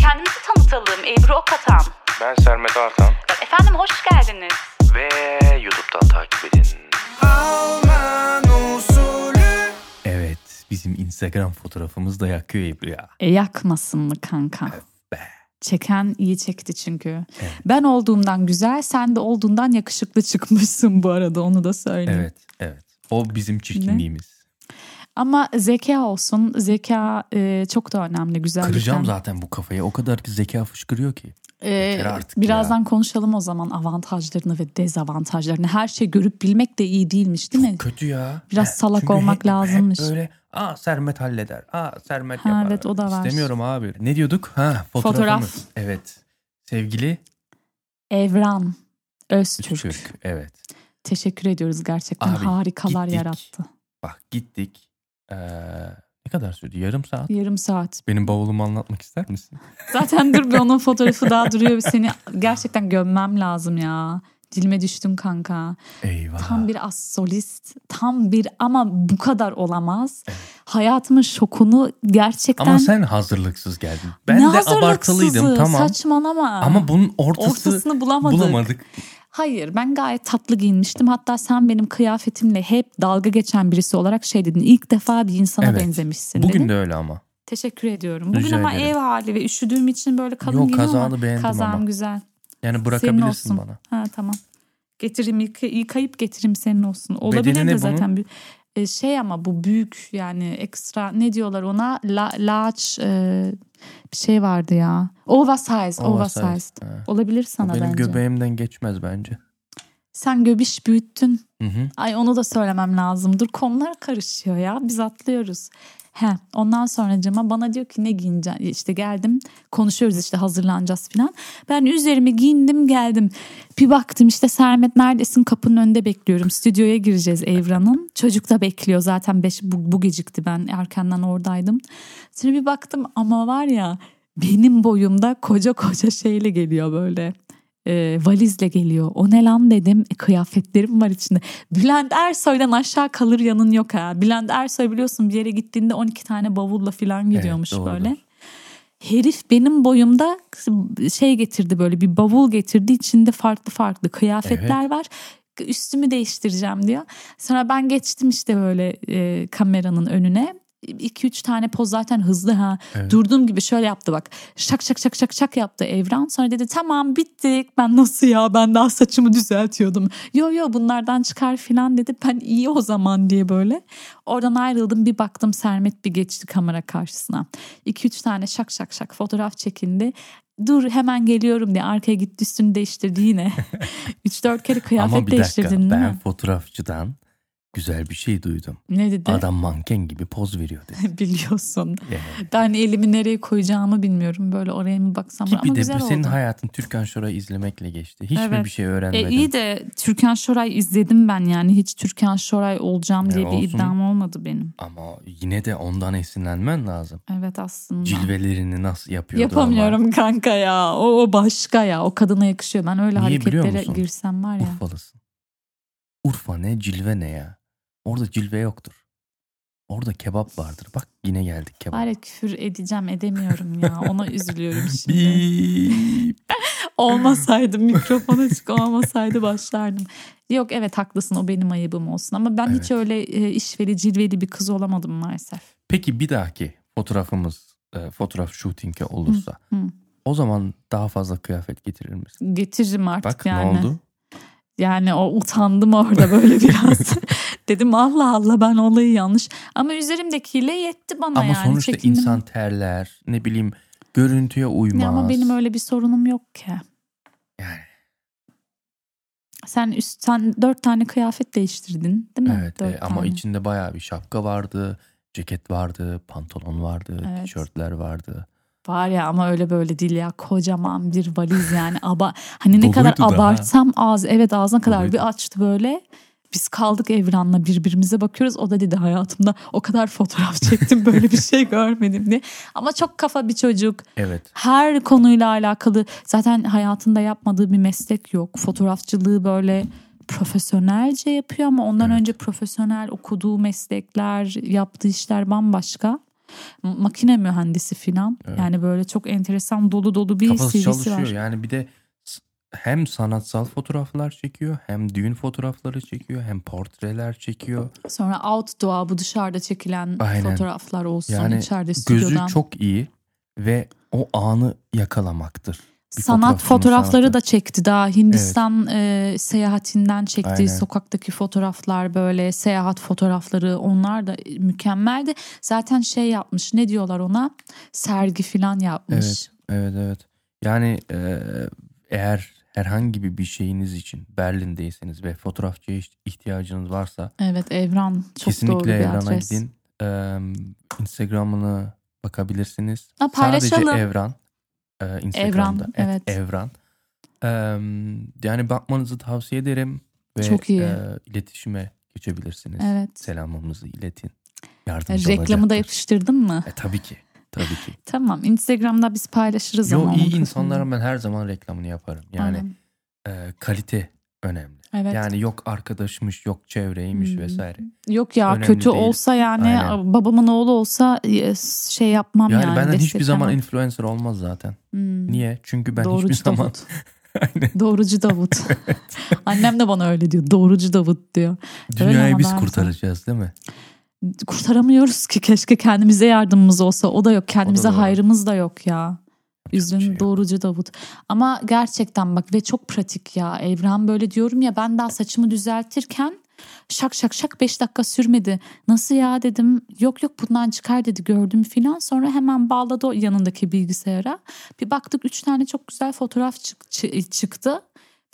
kendimizi tanıtalım. Ebru Okatan. Ben Sermet Artan Efendim hoş geldiniz. ve YouTube'dan takip edin. Evet bizim Instagram fotoğrafımız da yakıyor Ebru ya. E yakmasın mı kanka? be. Çeken iyi çekti çünkü. Ben olduğumdan güzel, sen de olduğundan yakışıklı çıkmışsın bu arada onu da söyleyeyim. Evet evet. O bizim çirkinliğimiz. Ama zeka olsun. Zeka e, çok da önemli güzellikten. Kıracağım zaten bu kafayı. O kadar ki zeka fışkırıyor ki. E, Yeter artık birazdan konuşalım o zaman avantajlarını ve dezavantajlarını. Her şey görüp bilmek de iyi değilmiş değil mi? Kötü ya. Biraz salak olmak lazımmış. Hep böyle aa Sermet halleder. Aa Sermet Ha, yapar. evet, o da var. İstemiyorum abi. Ne diyorduk? Ha fotoğrafımız. Evet. Sevgili Evran Öztürk. Türk. Evet. Teşekkür ediyoruz gerçekten. Abi, Harikalar gittik. yarattı. Bak gittik. Ee, ne kadar sürdü? Yarım saat. Yarım saat. Benim bavulumu anlatmak ister misin? Zaten dur bir onun fotoğrafı daha duruyor. Seni gerçekten gömmem lazım ya. Dilime düştüm kanka. Eyvah. Tam bir as solist. Tam bir ama bu kadar olamaz. Hayatımın şokunu gerçekten... Ama sen hazırlıksız geldin. Ben Ne de hazırlıksızı? abartılıydım tamam. Saçmalama. Ama bunun ortası Ortasını bulamadık. bulamadık. Hayır ben gayet tatlı giyinmiştim. Hatta sen benim kıyafetimle hep dalga geçen birisi olarak şey dedin. İlk defa bir insana Evet. benzemişsin Bugün dedin. de öyle ama. Teşekkür ediyorum. Bugün Rica ama ederim. ev hali ve üşüdüğüm için böyle kalın Yok, giyiniyorum ama kazağını beğendim kazağım ama. güzel. Yani Senin bırakabilirsin olsun. bana. Ha tamam. Getiririm yıka- yıkayıp getiririm senin olsun. Olabilir Bedeni de ne zaten bir E, şey ama bu büyük yani ekstra ne diyorlar ona La, large e, bir şey vardı ya. Oversize, Oversize, oversized. ha. Olabilir O sana benim bence. göbeğimden geçmez bence. Sen göbiş büyüttün. Hı hı. Ay onu da söylemem lazım. Dur konular karışıyor ya. Biz atlıyoruz. He, ondan sonra cama bana diyor ki ne giyineceksin? İşte geldim konuşuyoruz işte hazırlanacağız falan. Ben üzerimi giyindim geldim. Bir baktım işte Sermet neredesin kapının önünde bekliyorum. Stüdyoya gireceğiz Evran'ın. Çocuk da bekliyor zaten beş, bu, bu gecikti ben erkenden oradaydım. Sonra bir baktım ama var ya benim boyumda koca koca şeyle geliyor böyle e, valizle geliyor. O ne lan dedim. E, kıyafetlerim var içinde. Bülent Ersoy'dan aşağı kalır yanın yok ha. Bülent Ersoy biliyorsun bir yere gittiğinde 12 tane bavulla falan gidiyormuş doğrudur. böyle. Herif benim boyumda şey getirdi böyle bir bavul getirdi. İçinde farklı farklı kıyafetler var. Üstümü değiştireceğim diyor. Sonra ben geçtim işte böyle e, kameranın önüne. 2-3 tane poz zaten hızlı ha. Evet. Durduğum gibi şöyle yaptı bak. Şak şak şak şak şak yaptı Evren. Sonra dedi tamam bittik. Ben nasıl ya ben daha saçımı düzeltiyordum. Yo yo bunlardan çıkar filan dedi. Ben iyi o zaman diye böyle. Oradan ayrıldım bir baktım Sermet bir geçti kamera karşısına. 2-3 tane şak şak şak fotoğraf çekindi. Dur hemen geliyorum diye arkaya gitti üstünü değiştirdi yine. 3-4 kere Ama kıyafet bir dakika değiştirdin değil ben mi? fotoğrafçıdan güzel bir şey duydum. Ne dedi? Adam manken gibi poz veriyor dedi. Biliyorsun. Evet. Ben elimi nereye koyacağımı bilmiyorum. Böyle oraya mı baksam Ki ama bir de güzel bu senin oldu. hayatın Türkan Şoray'ı izlemekle geçti. Hiç mi Evet. bir şey E, öğrenmedin? iyi de Türkan Şoray izledim ben yani hiç Türkan Şoray olacağım E, diye olsun. bir iddiam olmadı benim. Ama yine de ondan esinlenmen lazım. Evet aslında. Cilvelerini nasıl yapıyordu Yapamıyorum kanka ya. O, o başka ya. O kadına yakışıyor. Ben öyle Niye biliyor hareketlere musun? girsem var ama. ya. Urfalısın. Urfa ne cilve ne ya. Orada cilve yoktur. Orada kebap vardır. Bak yine geldik kebap. Bari küfür edeceğim edemiyorum ya. Ona üzülüyorum şimdi. Biip. olmasaydı mikrofon açık olmasaydı başlardım. Yok evet haklısın o benim ayıbım olsun. Ama ben hiç öyle e, işveli cilveli bir kız olamadım maalesef. Peki bir dahaki fotoğrafımız e, fotoğraf shooting'e olursa Hı, hı. o zaman daha fazla kıyafet getirir misin? Getiririm artık Bak yani. ne oldu? Yani o utandım orada böyle biraz. Dedim Allah Allah ben olayı yanlış. Ama üzerimdekiyle yetti bana Ama yani. sonuçta çekindim. insan terler ne bileyim görüntüye uymaz. Ya ama benim öyle bir sorunum yok ki. Yani. Sen üst sen dört tane kıyafet değiştirdin değil mi? Evet e, Dört ama tane. içinde bayağı bir şapka vardı, ceket vardı, pantolon vardı, Evet. tişörtler vardı. Var ya ama öyle böyle değil ya kocaman bir valiz yani. Aba, hani ne Doluydu kadar da ha. abartsam ağız evet ağzına kadar Doluydu. bir açtı böyle. Biz kaldık Evran'la birbirimize bakıyoruz. O da dedi hayatımda o kadar fotoğraf çektim böyle bir şey görmedim diye. Ama çok kafa bir çocuk. Evet. her konuyla alakalı zaten hayatında yapmadığı bir meslek yok. Fotoğrafçılığı böyle profesyonelce yapıyor ama ondan önce profesyonel okuduğu meslekler, yaptığı işler bambaşka. M- makine mühendisi filan. Evet. Yani böyle çok enteresan dolu dolu bir Kafası CV'si çalışıyor var. yani bir de s- hem sanatsal fotoğraflar çekiyor hem düğün fotoğrafları çekiyor hem portreler çekiyor. Sonra outdoor bu dışarıda çekilen Aynen. fotoğraflar olsun Yani içeride Gözü stüdyodan. çok iyi ve o anı yakalamaktır. bir Sanat fotoğrafçının fotoğrafları sanatı. da çekti daha Hindistan e, seyahatinden çektiği Aynen. sokaktaki fotoğraflar böyle seyahat fotoğrafları onlar da mükemmeldi. Zaten şey yapmış ne diyorlar ona sergi filan yapmış. Evet evet. Yani e, eğer herhangi bir bir şeyiniz için Berlin'deyseniz ve fotoğrafçıya iht- ihtiyacınız varsa Evet Evran çok doğru kesinlikle bir Evran'a adres. gidin. E, Instagram'ını bakabilirsiniz. Ha, paylaşalım. Sadece Evran. e, Instagram'da. Evran, Et evet. Evran. E, yani bakmanızı tavsiye ederim. Ve, Çok iyi. e, iletişime geçebilirsiniz. Evet. E, Selamımızı iletin. Yardımcı Reklamı da olacaktır. yapıştırdın mı? E, tabii ki. Tabii ki. Tamam Instagram'da biz paylaşırız ama. Yo onun iyi profilini. insanlara ben her zaman reklamını yaparım. Yani Aynen. e, kalite önemli. Evet. Hmm. Yani yok arkadaşmış, yok çevreymiş Hı hı. vesaire. Yok ya Önemli kötü değil. olsa yani Aynen. babamın oğlu olsa e, şey yapmam Yani, yani. benden hiçbir zaman desteklemem. influencer olmaz zaten. Hmm. Niye? Çünkü ben Doğrucu hiçbir zaman Davut. Aynen. Doğrucu Davut. Annem de bana öyle diyor. Doğrucu Davut diyor. dünyayı ama biz bazen. kurtaracağız değil mi? Kurtaramıyoruz ki keşke kendimize yardımımız olsa. O da yok. Kendimize doğru. hayrımız da yok ya. Üzün şey yok. doğrucu Davut. Ama gerçekten bak ve çok pratik ya. Evren böyle diyorum ya ben daha saçımı düzeltirken şak şak şak 5 dakika sürmedi. Nasıl ya dedim. Yok yok bundan çıkar dedi gördüm filan. Sonra hemen bağladı o yanındaki bilgisayara. Bir baktık 3 tane çok güzel fotoğraf çık- çı- çıktı.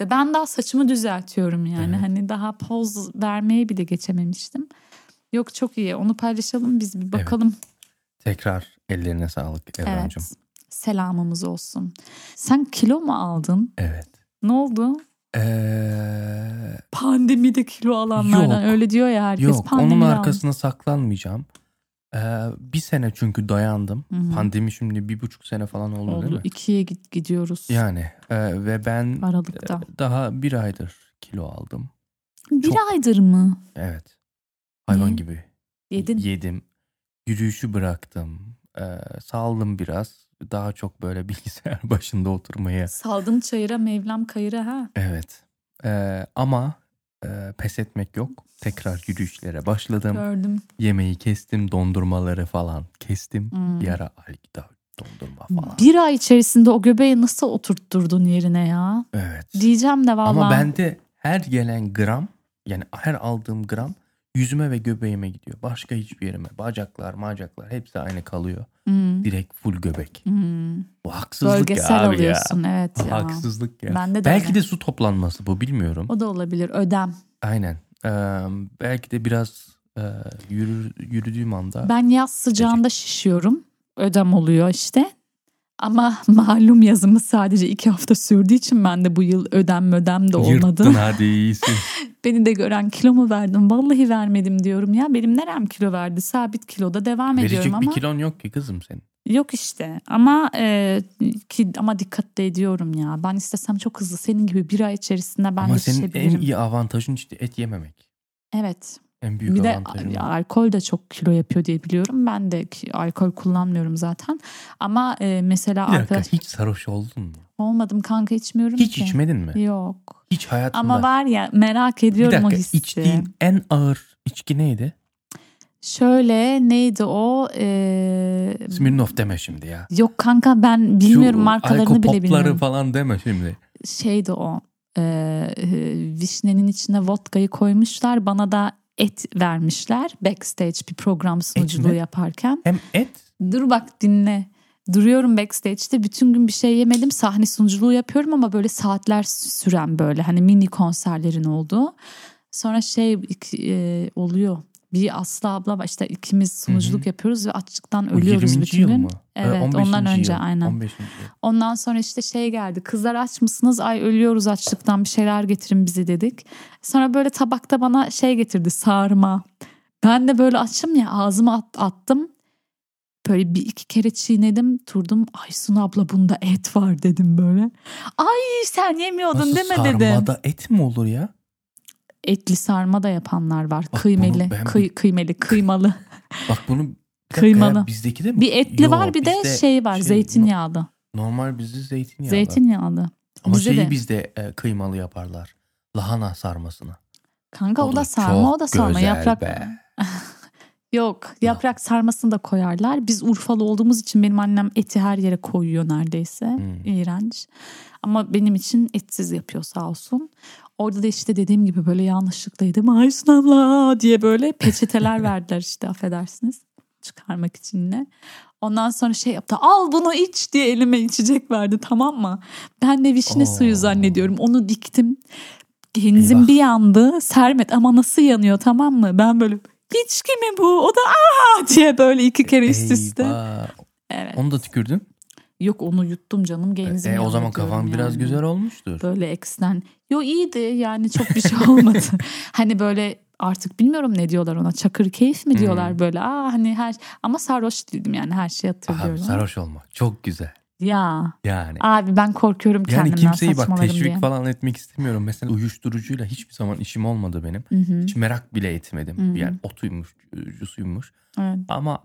Ve ben daha saçımı düzeltiyorum yani. Evet. Hani daha poz vermeye bile geçememiştim. Yok çok iyi. Onu paylaşalım biz bir bakalım. Tekrar ellerine sağlık Evet. Evrancığım. Selamımız olsun. Sen kilo mu aldın? Evet. Ne oldu? Ee, Pandemide kilo alanlardan Yok. öyle diyor ya herkes. yok onun Pandemide almış. arkasına saklanmayacağım. Ee, bir sene çünkü dayandım. Hı hı. Pandemi şimdi bir buçuk sene falan oldu, değil oldu. mi? İkiye git gidiyoruz Yani e, ve ben Aralık'ta. Daha bir aydır kilo aldım. Bir çok- aydır mı? Evet. Hayvan Niye? gibi. Yedin. Yedim. Yürüyüşü bıraktım. Ee, saldım biraz. Daha çok böyle bilgisayar başında oturmaya. Saldım çayıra mevlam kayıra ha. Evet. Ee, ama e, pes etmek yok. Tekrar yürüyüşlere başladım. Gördüm. Yemeği kestim. Dondurmaları falan kestim. Hmm. Bir ara ay daha dondurma falan. Bir ay içerisinde o göbeği nasıl oturtturdun yerine ya? Evet. Diyeceğim de vallahi. Ama bende her gelen gram yani her aldığım gram yüzüme ve göbeğime gidiyor. Başka hiçbir yerime. Bacaklar, macaklar hepsi aynı kalıyor. Hmm, Direkt full göbek. hmm. Bu haksızlık ya Bölgesel abi ya. alıyorsun evet Bu ya. Haksızlık ya. Bende de Belki öyle. de su toplanması bu bilmiyorum. O da olabilir ödem. Aynen. Ee, belki de biraz e, yürü, yürüdüğüm anda Ben yaz sıcağında şişiyorum. Ödem oluyor işte. Ama malum yazımı sadece iki hafta sürdüğü için ben de bu yıl ödem ödem de olmadı. yırttın hadi iyisin. Beni de gören kilo mu verdim? Vallahi vermedim diyorum ya. Benim nerem kilo verdi? Sabit kiloda devam Verecek ediyorum bir ama. kilon yok ki kızım senin. Yok işte ama e, ki ama dikkat de ediyorum ya. Ben istesem çok hızlı senin gibi bir ay içerisinde ben şey Ama senin yetişebilirim. en iyi avantajın işte et yememek. Evet. En büyük bir de avantajın. bu. alkol de çok kilo yapıyor diye biliyorum. Ben de ki- alkol kullanmıyorum zaten. Ama e, mesela Bir dakika arkadaş hiç sarhoş oldun mu? olmadım kanka içmiyorum Hiç ki. içmedin mi? Yok. Hiç hayatında. Ama var ya merak bir ediyorum dakika o hissi. içtiğin en ağır içki neydi? Şöyle neydi o? E, Smirnoff deme şimdi ya. yok kanka ben bilmiyorum Şu markalarını bile alkopopları bilmiyorum. falan deme şimdi. şeydi o e, e, vişnenin içine vodka'yı koymuşlar bana da et vermişler backstage bir program sunuculuğu mi? yaparken. Hem et Dur bak dinle duruyorum backstage'te bütün gün bir şey yemedim sahne sunuculuğu yapıyorum ama böyle saatler süren böyle hani mini konserlerin olduğu. Sonra şey iki- e, oluyor bir Aslı abla var işte ikimiz sunuculuk yapıyoruz ve açlıktan bu ölüyoruz 20. bütün yıl gün. mı? Ee, Evet, 15. ondan önce yıl. aynen. 15. yıl. Ondan sonra işte şey geldi. Kızlar aç mısınız? Ay ölüyoruz açlıktan bir şeyler getirin bize dedik. Sonra böyle tabakta bana şey getirdi sarma. Ben de böyle açım ya ağzıma at- attım. Böyle bir iki kere çiğnedim. Durdum Aysun abla bunda et var dedim böyle. Ay sen yemiyordun Nasıl deme dedim. sarmada et mi olur ya? Etli sarma da yapanlar var. Bak bunu kıymeli, ben- kıy- kıymeli, kıymalı. Bak bunu Kıymalı. bizdeki de mi? Bir etli Yo, var bir de bizde şey var zeytinyağlı. Normal bizde zeytinyağlı. Zeytinyağlı. Ama bize şeyi de. bizde e, kıymalı yaparlar. Lahana sarmasını. Kanka o da sarma çok o da sarma güzel yaprak. be. Yok yaprak sarmasını da koyarlar. Biz Urfalı olduğumuz için benim annem eti her yere koyuyor neredeyse. Hmm. İğrenç. Ama benim için etsiz yapıyor sağ olsun. Orada da işte dediğim gibi böyle yanlışlıkla yedim. Aysun abla diye böyle peçeteler verdiler işte affedersiniz. Çıkarmak için de. Ondan sonra şey yaptı. Al bunu iç diye elime içecek verdi tamam mı? Ben de vişne Oo. suyu zannediyorum. Onu diktim. Genzim Eyvah. bir yandı. Sermet ama nasıl yanıyor tamam mı? Ben böyle içki mi bu? O da aa diye böyle iki kere üst üste. Eyvah. Evet. Onu da tükürdün. Yok onu yuttum canım genzim E, o yandı zaman diyorum kafan biraz yani. güzel olmuştur. Böyle eksten. Yo iyiydi yani çok bir şey olmadı. hani böyle artık bilmiyorum ne diyorlar ona. Çakır keyif mi diyorlar böyle. Aa hani her ama sarhoş değildim yani her şeyi Hmm. Aha, hatırlıyorum. sarhoş olmak çok güzel. ya Yani. abi ben korkuyorum Yani kendimden kimseyi bak saçmalarım teşvik diye. falan etmek istemiyorum. Mesela uyuşturucuyla hiçbir zaman işim olmadı benim. Hı hı, Hiç merak bile etmedim. Hı hı. Yani otuymuş, cusuymuş. evet. Ama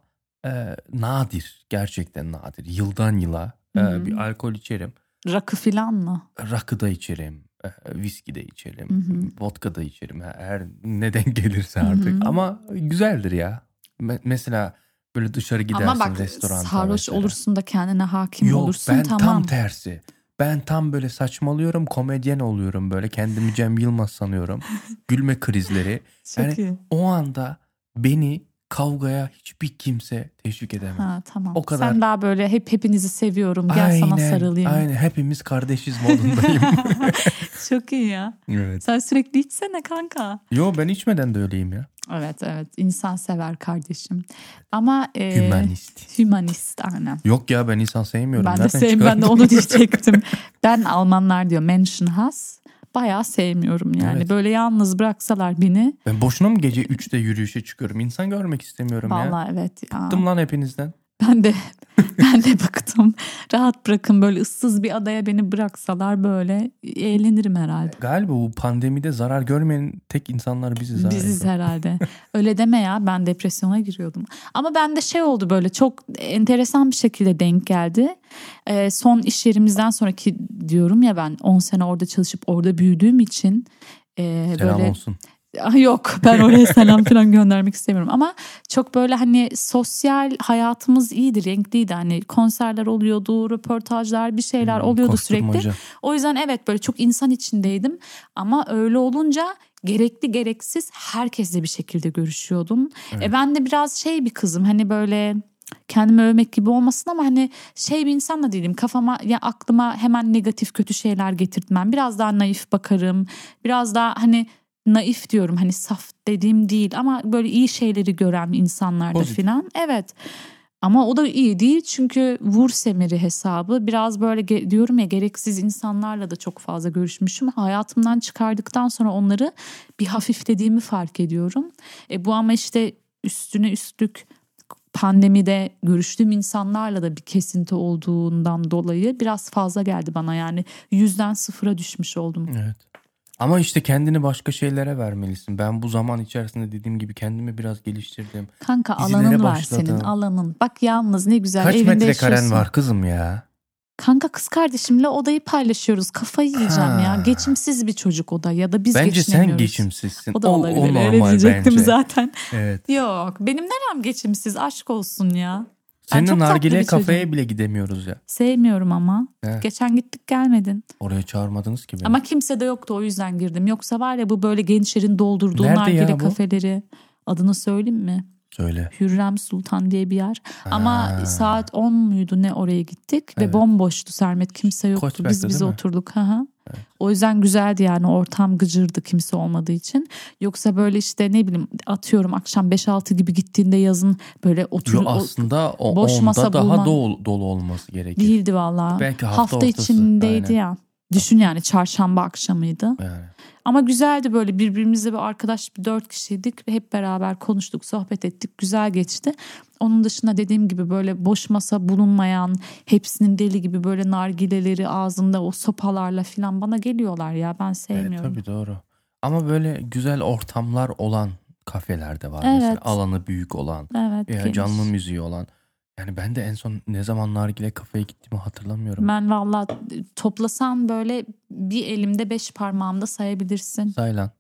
e, nadir, gerçekten nadir. Yıldan yıla e, Hı hı. bir alkol içerim. Rakı filan mı? Rakı da içerim, e, viski de içerim, Hı hı. vodka da içerim. Her neden gelirse Hı hı. artık. Ama güzeldir ya. Me- mesela böyle dışarı gidersin Ama bak restoranta. sarhoş mesela. olursun da kendine hakim Yok olursun ben tamam. tam tersi. Ben tam böyle saçmalıyorum, komedyen oluyorum böyle. Kendimi Cem Yılmaz sanıyorum. Gülme krizleri. Çok Yani iyi. O anda beni kavgaya hiçbir kimse teşvik edemez. Ha tamam. o kadar- Sen daha böyle hep hepinizi seviyorum. Gel sana sarılayım. Aynen hepimiz kardeşiz modundayım. Çok iyi ya. evet. Sen sürekli içsene kanka. Yo ben içmeden de öyleyim ya. Evet evet insan sever kardeşim. Ama e, Hümanist. Hümanist aynen. Yok ya ben insan sevmiyorum. Ben de Nereden sevim ben de çıkardın? onu diyecektim. ben Almanlar diyor Menschenhass. Bayağı sevmiyorum yani. Evet. Böyle yalnız bıraksalar beni. Ben boşuna mı gece 3'te yürüyüşe çıkıyorum? İnsan görmek istemiyorum ya. Vallahi evet ya. Bıktım lan hepinizden. Ben de ben de bıktım. Rahat bırakın böyle ıssız bir adaya beni bıraksalar böyle eğlenirim herhalde. Galiba bu pandemide zarar görmeyen tek insanlar biziz. ha. Biziz herhalde. Öyle deme ya ben depresyona giriyordum. Ama bende şey oldu böyle çok enteresan bir şekilde denk geldi. Ee, son iş yerimizden sonraki diyorum ya ben 10 sene orada çalışıp orada büyüdüğüm için e, Selam böyle olsun. Ah, Yok ben oraya selam falan göndermek istemiyorum ama çok böyle hani sosyal hayatımız iyiydi renkliydi hani konserler oluyordu röportajlar bir şeyler Hmm, oluyordu sürekli Koşturmaca. o yüzden evet böyle çok insan içindeydim ama öyle olunca gerekli gereksiz herkesle bir şekilde görüşüyordum e ben de biraz şey bir kızım hani böyle kendimi övmek gibi olmasın ama hani şey bir insan da değilim. Kafama ya aklıma hemen negatif kötü şeyler getirtmem. Biraz daha naif bakarım. Biraz daha hani naif diyorum hani saf dediğim değil ama böyle iyi şeyleri gören insanlarda Pozitif. filan. Evet. Ama o da iyi değil çünkü vur semeri hesabı biraz böyle ge- diyorum ya gereksiz insanlarla da çok fazla görüşmüşüm. Hayatımdan çıkardıktan sonra onları bir hafiflediğimi fark ediyorum. E bu ama işte üstüne üstlük pandemide görüştüğüm insanlarla da bir kesinti olduğundan dolayı biraz fazla geldi bana yani yüzden sıfıra düşmüş oldum. Evet. Ama işte kendini başka şeylere vermelisin. Ben bu zaman içerisinde dediğim gibi kendimi biraz geliştirdim. Kanka Dizilere alanın var başladım. senin alanın. Bak yalnız ne güzel Kaç evinde metrekaren yaşıyorsun. var kızım ya? Kanka kız kardeşimle odayı paylaşıyoruz. Kafayı yiyeceğim Ha. ya. Geçimsiz bir çocuk o da ya da biz Bence sen geçinemiyoruz. geçimsizsin. O da olabilir. Öyle normal diyecektim bence. zaten. Evet. Yok benim nerem geçimsiz aşk olsun ya. Ben çok Seninle tatlı nargile bir kafeye çocuğum. bile gidemiyoruz ya. Sevmiyorum ama. Evet. Geçen gittik gelmedin. Oraya çağırmadınız ki beni. Ama kimse de yoktu o yüzden girdim. Yoksa var ya bu böyle gençlerin doldurduğu Nerede nargile ya bu? kafeleri. Adını söyleyeyim mi? Söyle. Hürrem Sultan diye bir yer. Ha. Ama saat 10 muydu ne oraya gittik ve Evet. bomboştu Sermet kimse yoktu. Koçberk'te Biz değil bize mi? oturduk. Hı hı. O yüzden güzeldi yani ortam gıcırdı kimse olmadığı için. Yoksa böyle işte ne bileyim atıyorum akşam 5-6 gibi gittiğinde yazın böyle Yo, otur o- aslında o boş onda masa daha bulman- dolu, dolu olması gerekir. değildi valla. Belki hafta ortası, içindeydi aynen. ya. Düşün yani çarşamba akşamıydı. Yani. Ama güzeldi böyle birbirimizle bir arkadaş bir dört kişiydik ve hep beraber konuştuk, sohbet ettik. Güzel geçti. Onun dışında dediğim gibi böyle boş masa bulunmayan, hepsinin deli gibi böyle nargileleri ağzında o sopalarla falan bana geliyorlar ya ben Evet, sevmiyorum. tabii doğru. Ama böyle güzel ortamlar olan kafelerde var Evet. mesela. Alanı büyük olan, Evet. veya geniş. canlı müziği olan. Yani ben de en son ne zaman nargile kafeye gittiğimi hatırlamıyorum. Ben valla toplasan böyle bir elimde beş parmağımda sayabilirsin. Say lan.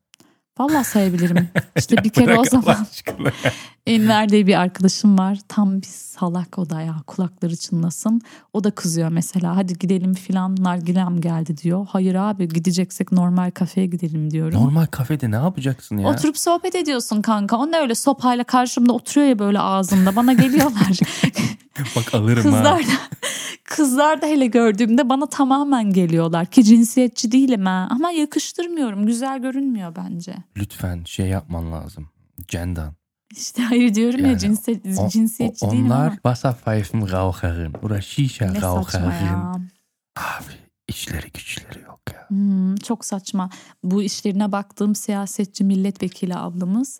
Valla sayabilirim. işte bir kere o Bırak Allah zaman aşkına. Enver diye bir arkadaşım var. Tam bir salak o da ya kulakları çınlasın. O da kızıyor mesela hadi gidelim filan nargilem geldi diyor. Hayır abi gideceksek normal kafeye gidelim diyorum. Normal kafede ne yapacaksın ya? Oturup sohbet ediyorsun kanka. O ne öyle sopayla karşımda oturuyor ya böyle ağzında. Bana geliyorlar. Bak alırım ha. kızlar da, kızlar da hele gördüğümde bana tamamen geliyorlar. Ki cinsiyetçi değilim ha. Ama yakıştırmıyorum. Güzel görünmüyor bence. Lütfen şey yapman lazım. Cendan. İşte hayır diyorum ya Yani cinsiyet, O- cinsiyetçi o- değilim Onlar ama. Wasserpfeifen raucherin. Oder Shisha Ne saçma raucherin. ya. Abi işleri güçleri yok ya. Hmm, çok saçma. Bu işlerine baktığım siyasetçi milletvekili ablamız.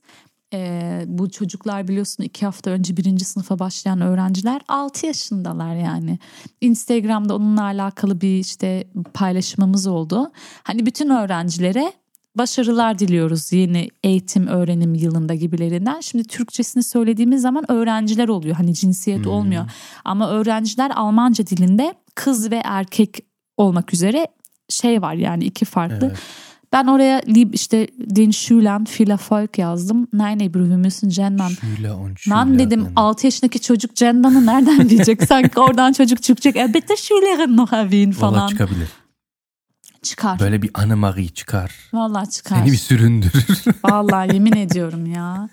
eee, bu çocuklar biliyorsun iki hafta önce birinci sınıfa başlayan öğrenciler 6 yaşındalar yani. Instagram'da onunla alakalı bir işte paylaşımımız oldu. Hani bütün öğrencilere başarılar diliyoruz yeni eğitim öğrenim yılında gibilerinden. Şimdi Türkçesini söylediğimiz zaman öğrenciler oluyor. Hani cinsiyet Hmm. olmuyor. Ama öğrenciler Almanca dilinde kız ve erkek olmak üzere şey var yani iki farklı. Evet. Ben oraya lib işte den Schülern vieler Volk yazdım. Nein, Ebru, wir müssen gendern. Şüle on Lan şüle dedim on. 6 yaşındaki çocuk gendern'ı nereden bilecek? Sanki oradan çocuk çıkacak. E bitte Schülerin noch erwähnen Valla falan. çıkabilir. Çıkar. Böyle bir Anne-Marie çıkar. Vallahi çıkar. Seni bir süründürür. Vallahi yemin ediyorum ya.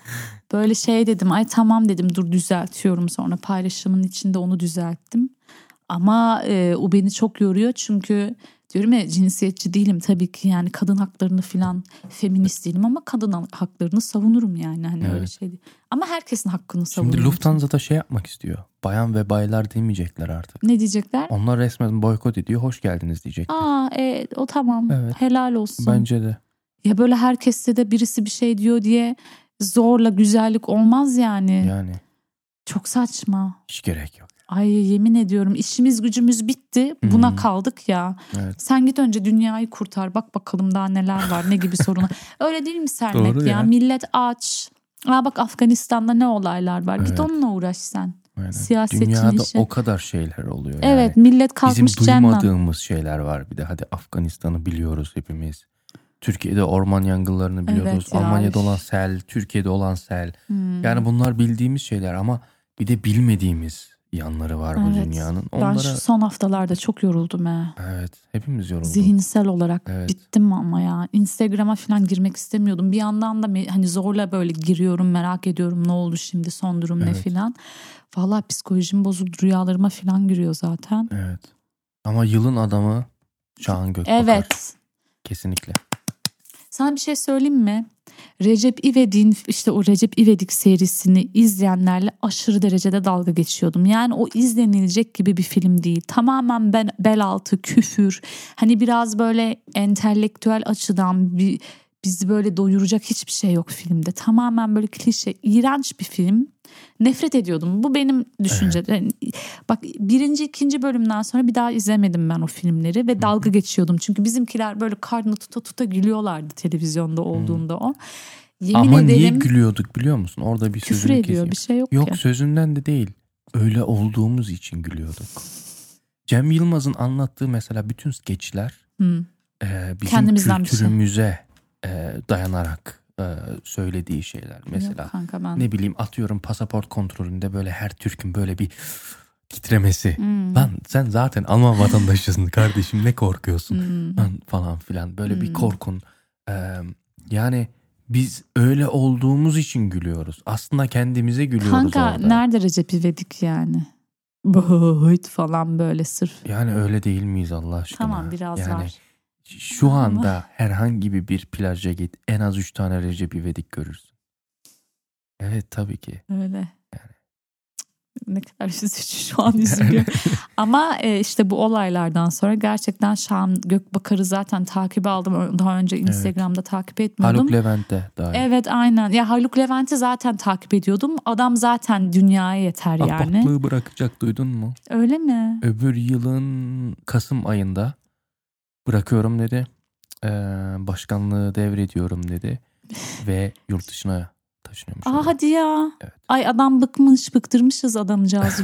Böyle şey dedim ay tamam dedim dur düzeltiyorum sonra paylaşımın içinde onu düzelttim. Ama e, o beni çok yoruyor çünkü diyorum ya cinsiyetçi değilim tabii ki yani kadın haklarını filan feminist değilim ama kadın haklarını savunurum yani hani öyle Evet. şey değil. Ama herkesin hakkını savunurum. Şimdi Lufthansa da şey yapmak istiyor. Bayan ve baylar demeyecekler artık. Ne diyecekler? Onlar resmen boykot ediyor. Hoş geldiniz diyecekler. Aa e, o tamam Evet. helal olsun. Bence de. Ya böyle herkeste de birisi bir şey diyor diye zorla güzellik olmaz yani. Yani Çok saçma. hiç gerek yok. Ay yemin ediyorum işimiz gücümüz bitti. Buna Hmm. kaldık ya. Evet. Sen git önce dünyayı kurtar. Bak bakalım daha neler var ne gibi sorunlar. Öyle değil mi Sermet Doğru ya? ya. Millet aç. Aa bak Afganistan'da ne olaylar var. Git Evet. onunla uğraş sen. Aynen. Siyasetin Dünyada işi. o kadar şeyler oluyor. Evet yani. millet Bizim kalkmış cennet. duymadığımız şeyler var. Bir de hadi Afganistan'ı biliyoruz hepimiz. Türkiye'de orman yangınlarını biliyoruz. ya, Almanya'da üf. Hmm. olan sel, Türkiye'de olan sel. Yani bunlar bildiğimiz şeyler ama bir de bilmediğimiz yanları var bu Evet. dünyanın. Ben Onlara şu son haftalarda çok yoruldum he. evet hepimiz yorulduk. Zihinsel olarak Evet. bittim ama ya. Instagram'a falan girmek istemiyordum. Bir yandan da me- hani zorla böyle giriyorum merak ediyorum ne oldu şimdi son durum ne Evet. falan. Valla psikolojim bozuldu rüyalarıma falan giriyor zaten. Evet. Ama yılın adamı Şahan Gökbakar. Evet. Kesinlikle. Sana bir şey söyleyeyim mi? Recep İvedik'in işte o Recep İvedik serisini izleyenlerle aşırı derecede dalga geçiyordum. Yani o izlenilecek gibi bir film değil. Tamamen ben bel altı, küfür. Hani biraz böyle entelektüel açıdan bir bizi böyle doyuracak hiçbir şey yok filmde. Tamamen böyle klişe, iğrenç bir film. Nefret ediyordum. Bu benim düşüncem. Yani Bak birinci, ikinci bölümden sonra bir daha izlemedim ben o filmleri ve dalga geçiyordum. Çünkü bizimkiler böyle karnını tuta tuta gülüyorlardı televizyonda olduğunda o. Yemin Ama ederim niye gülüyorduk biliyor musun? Orada bir küfür sözünü ediyor. keseyim. Bir şey yok, Yok ki. sözünden de değil. Öyle olduğumuz için gülüyorduk. Cem Yılmaz'ın anlattığı mesela bütün skeçler Hı. e, bizim Kendimizden bir şey. kültürümüze e, dayanarak e, söylediği şeyler. Mesela Yok kanka ben. ne bileyim atıyorum pasaport kontrolünde böyle her Türk'ün böyle bir titremesi. Hmm. Lan sen zaten Alman vatandaşısın kardeşim ne korkuyorsun? Hmm. Lan falan filan böyle Hmm. bir korkun. Ee, yani biz öyle olduğumuz için gülüyoruz. Aslında kendimize gülüyoruz Kanka orada. nerede Recep İvedik yani? Bıhıt falan böyle sırf. Yani öyle değil miyiz Allah aşkına? Tamam biraz yani var. Şu anda herhangi bir- bir plaja git en az 3 tane Recep İvedik görürsün. Evet tabii ki. Öyle. Ne kadar üzücü şu an üzülüyor. Ama e, işte bu olaylardan sonra gerçekten Şam Gökbakar'ı zaten takibe aldım. Ö- Daha önce Instagram'da takip etmiyordum. Haluk Levent de dahil. Evet aynen. Ya Haluk Levent'i zaten takip ediyordum. Adam zaten dünyaya yeter Ah, Bak, yani. baklığı bırakacak duydun mu? Öyle mi? Öbür yılın Kasım ayında bırakıyorum dedi. Ee, başkanlığı devrediyorum dedi. Ve yurt dışına taşınıyormuş. Aa oraya. Ah, hadi ya. Evet. Ay adam bıkmış bıktırmışız adamcağızı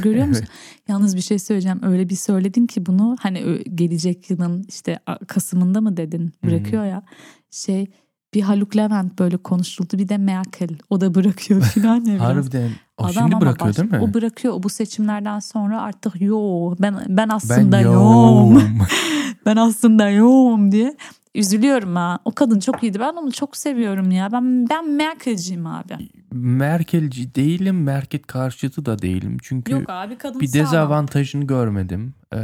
görüyor musun? Yalnız bir şey söyleyeceğim öyle bir söyledin ki bunu hani ö- gelecek yılın işte a- Kasım'ında mı dedin bırakıyor ya. Şey bir Haluk Levent böyle konuşuldu bir de Merkel o da bırakıyor filan ya. biraz. Harbiden. O Adam şimdi ama bırakıyor baş- değil mi? O bırakıyor. O Bu seçimlerden sonra artık yo ben ben aslında ben yoğum. yoğum. Ben aslında yoğum diye üzülüyorum ha. O kadın çok iyiydi. Ben onu çok seviyorum ya. Ben ben Merkel'ciyim abi. Merkelci değilim. Merkel karşıtı da değilim. Çünkü Yok abi kadın Ee, bir sağlam. dezavantajını görmedim. Ee,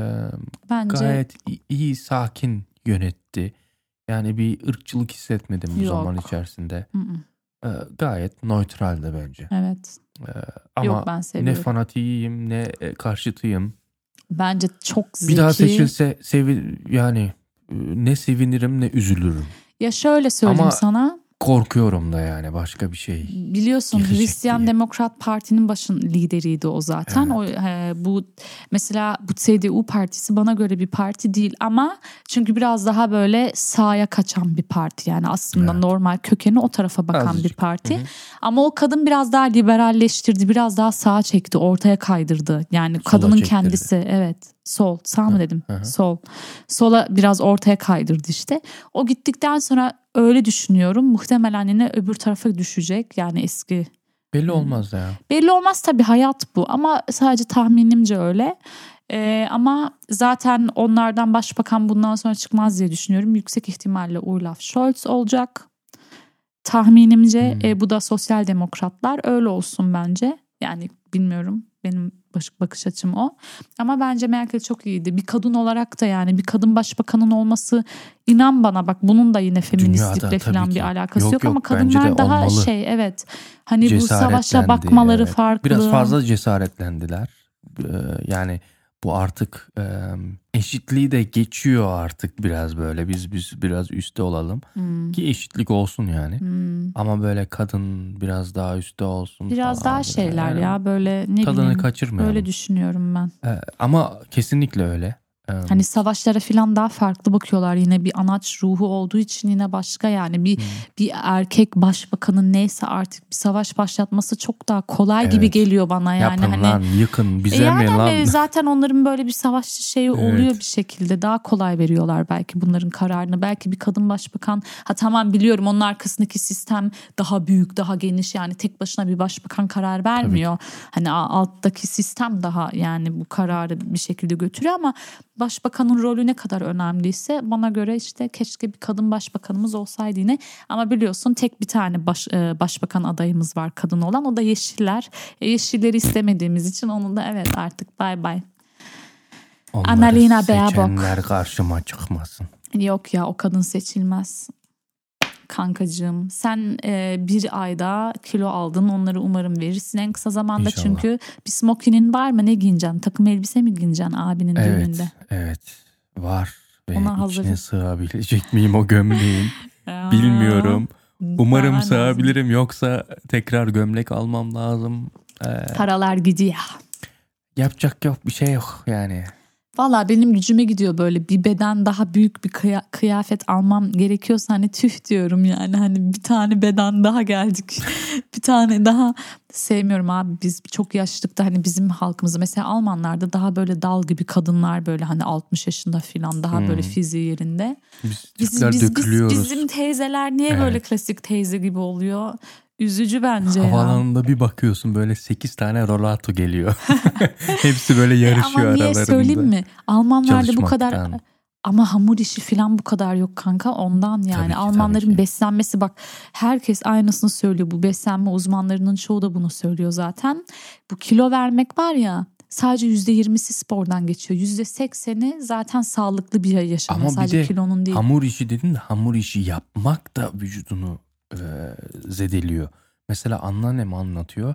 Bence gayet i- iyi sakin yönetti. Yani bir ırkçılık hissetmedim bu Yok. zaman içerisinde. Mm-mm. Ee, gayet neutraldi bence. evet. Ee, ama Yok ben ne seviyorum. fanatiyim ne e, karşıtıyım. Bence çok zeki. Bir daha seçilse sevi yani e, ne sevinirim ne üzülürüm. Ya şöyle söyleyeyim Ama- sana. Korkuyorum da yani başka bir şey. Biliyorsun Gelecek Hristiyan diye. Demokrat Parti'nin başın lideriydi o zaten. O e, bu mesela bu CDU partisi bana göre bir parti değil ama çünkü biraz daha böyle sağa kaçan bir parti. Yani aslında Evet. normal kökeni o tarafa bakan bir Azıcık. parti. Hı hı. Ama o kadın biraz daha liberalleştirdi, biraz daha sağa çekti, ortaya kaydırdı. Yani kadının çektirdi. kendisi evet sol sağ mı dedim? hı hı. Sol. Sola biraz ortaya kaydırdı işte. O gittikten sonra öyle düşünüyorum. Muhtemelen yine öbür tarafa düşecek. Yani eski Belli olmaz da ya. Belli olmaz tabii hayat bu ama sadece tahminimce öyle. Ee, ama zaten onlardan başbakan bundan sonra çıkmaz diye düşünüyorum. Yüksek ihtimalle Olaf Scholz olacak. Tahminimce Hmm. e, bu da sosyal demokratlar öyle olsun bence. Yani bilmiyorum benim baş- bakış açım o. Ama bence Merkel çok iyiydi. Bir kadın olarak da yani bir kadın başbakanın olması inan bana bak bunun da yine feministlikle tabii falan ki. bir alakası yok, Yok, ama yok, bence de kadınlar daha olmalı. şey evet hani bu savaşa Cesaretlendi, bakmaları evet. farklı. Biraz fazla cesaretlendiler. Ee, Yani bu artık e, eşitliği de geçiyor artık biraz böyle. Biz biz biraz üstte olalım Hmm, ki eşitlik olsun yani. hmm. Ama böyle kadın biraz daha üstte olsun. Biraz falan daha böyle. şeyler Yani ya böyle ne Tadını bileyim kaçırmayalım. öyle düşünüyorum ben. Ee, Ama kesinlikle öyle. Ee, Hani savaşlara falan daha farklı bakıyorlar yine bir anaç ruhu olduğu için yine başka yani Hmm. bir bir erkek başbakanın neyse artık bir savaş başlatması çok daha kolay gibi Evet. geliyor bana yani Yapın hani lan yıkın bize mi yani lan? hani zaten onların böyle bir savaş şeyi oluyor bir şekilde daha kolay veriyorlar belki bunların kararını. Belki bir kadın başbakan ha tamam biliyorum onun arkasındaki sistem daha büyük daha geniş yani tek başına bir başbakan karar vermiyor. Hani a- alttaki sistem daha yani bu kararı bir şekilde götürüyor ama başbakanın rolü ne kadar önemliyse bana göre işte keşke bir kadın başbakanımız olsaydı yine ama biliyorsun tek bir tane baş, e, başbakan adayımız var kadın olan o da Yeşiller. E, Yeşilleri istemediğimiz için onu da evet artık bay bay. Onları Annalena Baerbock. seçenler karşıma çıkmasın. Yok ya o kadın seçilmez. Kankacığım sen e, bir ayda kilo aldın onları umarım verirsin en kısa zamanda İnşallah. çünkü bir smokinin var mı ne giyeceksin takım elbise mi giyeceksin abinin Evet, düğününde? evet var. Ve Ona içine hazırım. sığabilecek miyim o gömleğin? Aa, Bilmiyorum. Umarım daha lazım. sığabilirim yoksa tekrar gömlek almam lazım. Ee, Paralar gidiyor. yapacak yok bir şey yok yani. Valla benim gücüme gidiyor böyle bir beden daha büyük bir kıya- kıyafet almam gerekiyorsa hani tüh diyorum yani hani bir tane beden daha geldik bir tane daha sevmiyorum abi biz çok yaşlılıkta hani bizim halkımızı mesela Almanlarda daha böyle dal gibi kadınlar böyle hani 60 yaşında filan daha böyle fiziği yerinde. Biz Biz- Türkler biz- biz- Hmm. dökülüyoruz. bizim teyzeler niye Evet. böyle klasik teyze gibi oluyor? Üzücü bence ya. Havalanında bir bakıyorsun böyle 8 tane rolato geliyor. Hepsi böyle yarışıyor Ama niye aralarında. söyleyeyim mi? Almanlarda bu kadar Çalışmaktan. Ama hamur işi falan bu kadar yok kanka ondan yani. Tabii ki, Almanların tabii ki. beslenmesi bak herkes aynısını söylüyor. Bu beslenme uzmanlarının çoğu da bunu söylüyor zaten. Bu kilo vermek var ya sadece %20'si spordan geçiyor. %80'i zaten sağlıklı bir yaşam Ama bir sadece de kilonun değil. Hamur işi dedin de hamur işi yapmak da vücudunu e, zedeliyor. Mesela anneannem anlatıyor.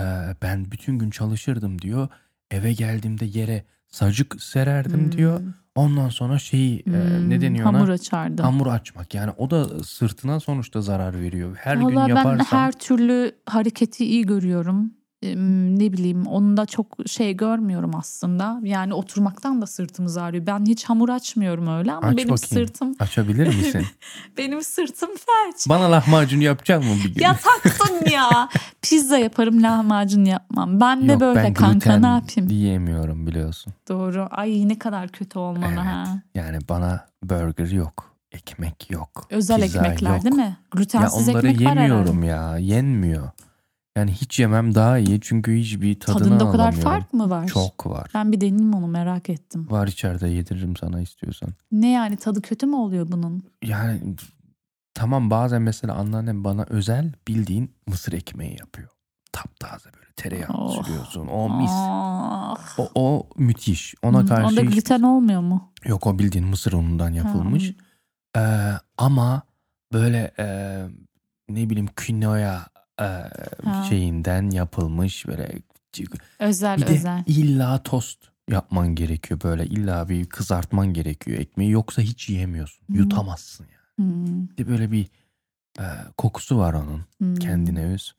E, ben bütün gün çalışırdım diyor. Eve geldiğimde yere sacık sererdim Hmm. diyor. Ondan sonra şeyi e, ne Hmm, deniyor hamur ona? açardı. Hamur açmak. Yani o da sırtına sonuçta zarar veriyor. Her Vallahi gün ben yaparsan her türlü hareketi iyi görüyorum. e, ne bileyim onu da çok şey görmüyorum aslında. Yani oturmaktan da sırtımız ağrıyor. Ben hiç hamur açmıyorum öyle ama Aç benim bakayım. sırtım Açabilir misin? benim sırtım felç. Bana lahmacun yapacak mı bir gün? Ya taktım ya. Pizza yaparım lahmacun yapmam. Ben de Yok, böyle ben kanka gluten ne yapayım? Diyemiyorum biliyorsun. Doğru. Ay ne kadar kötü olmalı Evet. ha. Yani bana burger yok. Ekmek yok. Özel pizza ekmekler yok. değil mi? Ya Glutensiz onları ekmek var herhalde. yemiyorum ya. Yenmiyor. Yani hiç yemem daha iyi. Çünkü hiçbir tadını Tadında o kadar alamıyorum. fark mı var? Çok var. Ben bir deneyeyim onu merak ettim. Var içeride yediririm sana istiyorsan. Ne yani tadı kötü mü oluyor bunun? Yani tamam bazen mesela anneannem bana özel bildiğin mısır ekmeği yapıyor. Taptaze böyle tereyağı Oh. sürüyorsun. O mis. Ah. O, o müthiş. Ona Hmm, karşı Onda hiç- gluten olmuyor mu? yok o bildiğin mısır unundan yapılmış. Ha, Ee, ama böyle e, ne bileyim kinoya e, şeyinden yapılmış böyle Özel bir de özel. illa tost yapman gerekiyor böyle illa bir kızartman gerekiyor ekmeği yoksa hiç yiyemiyorsun Hı. yutamazsın yani. Hmm, Bir de böyle bir e, kokusu var onun hmm. kendine öz.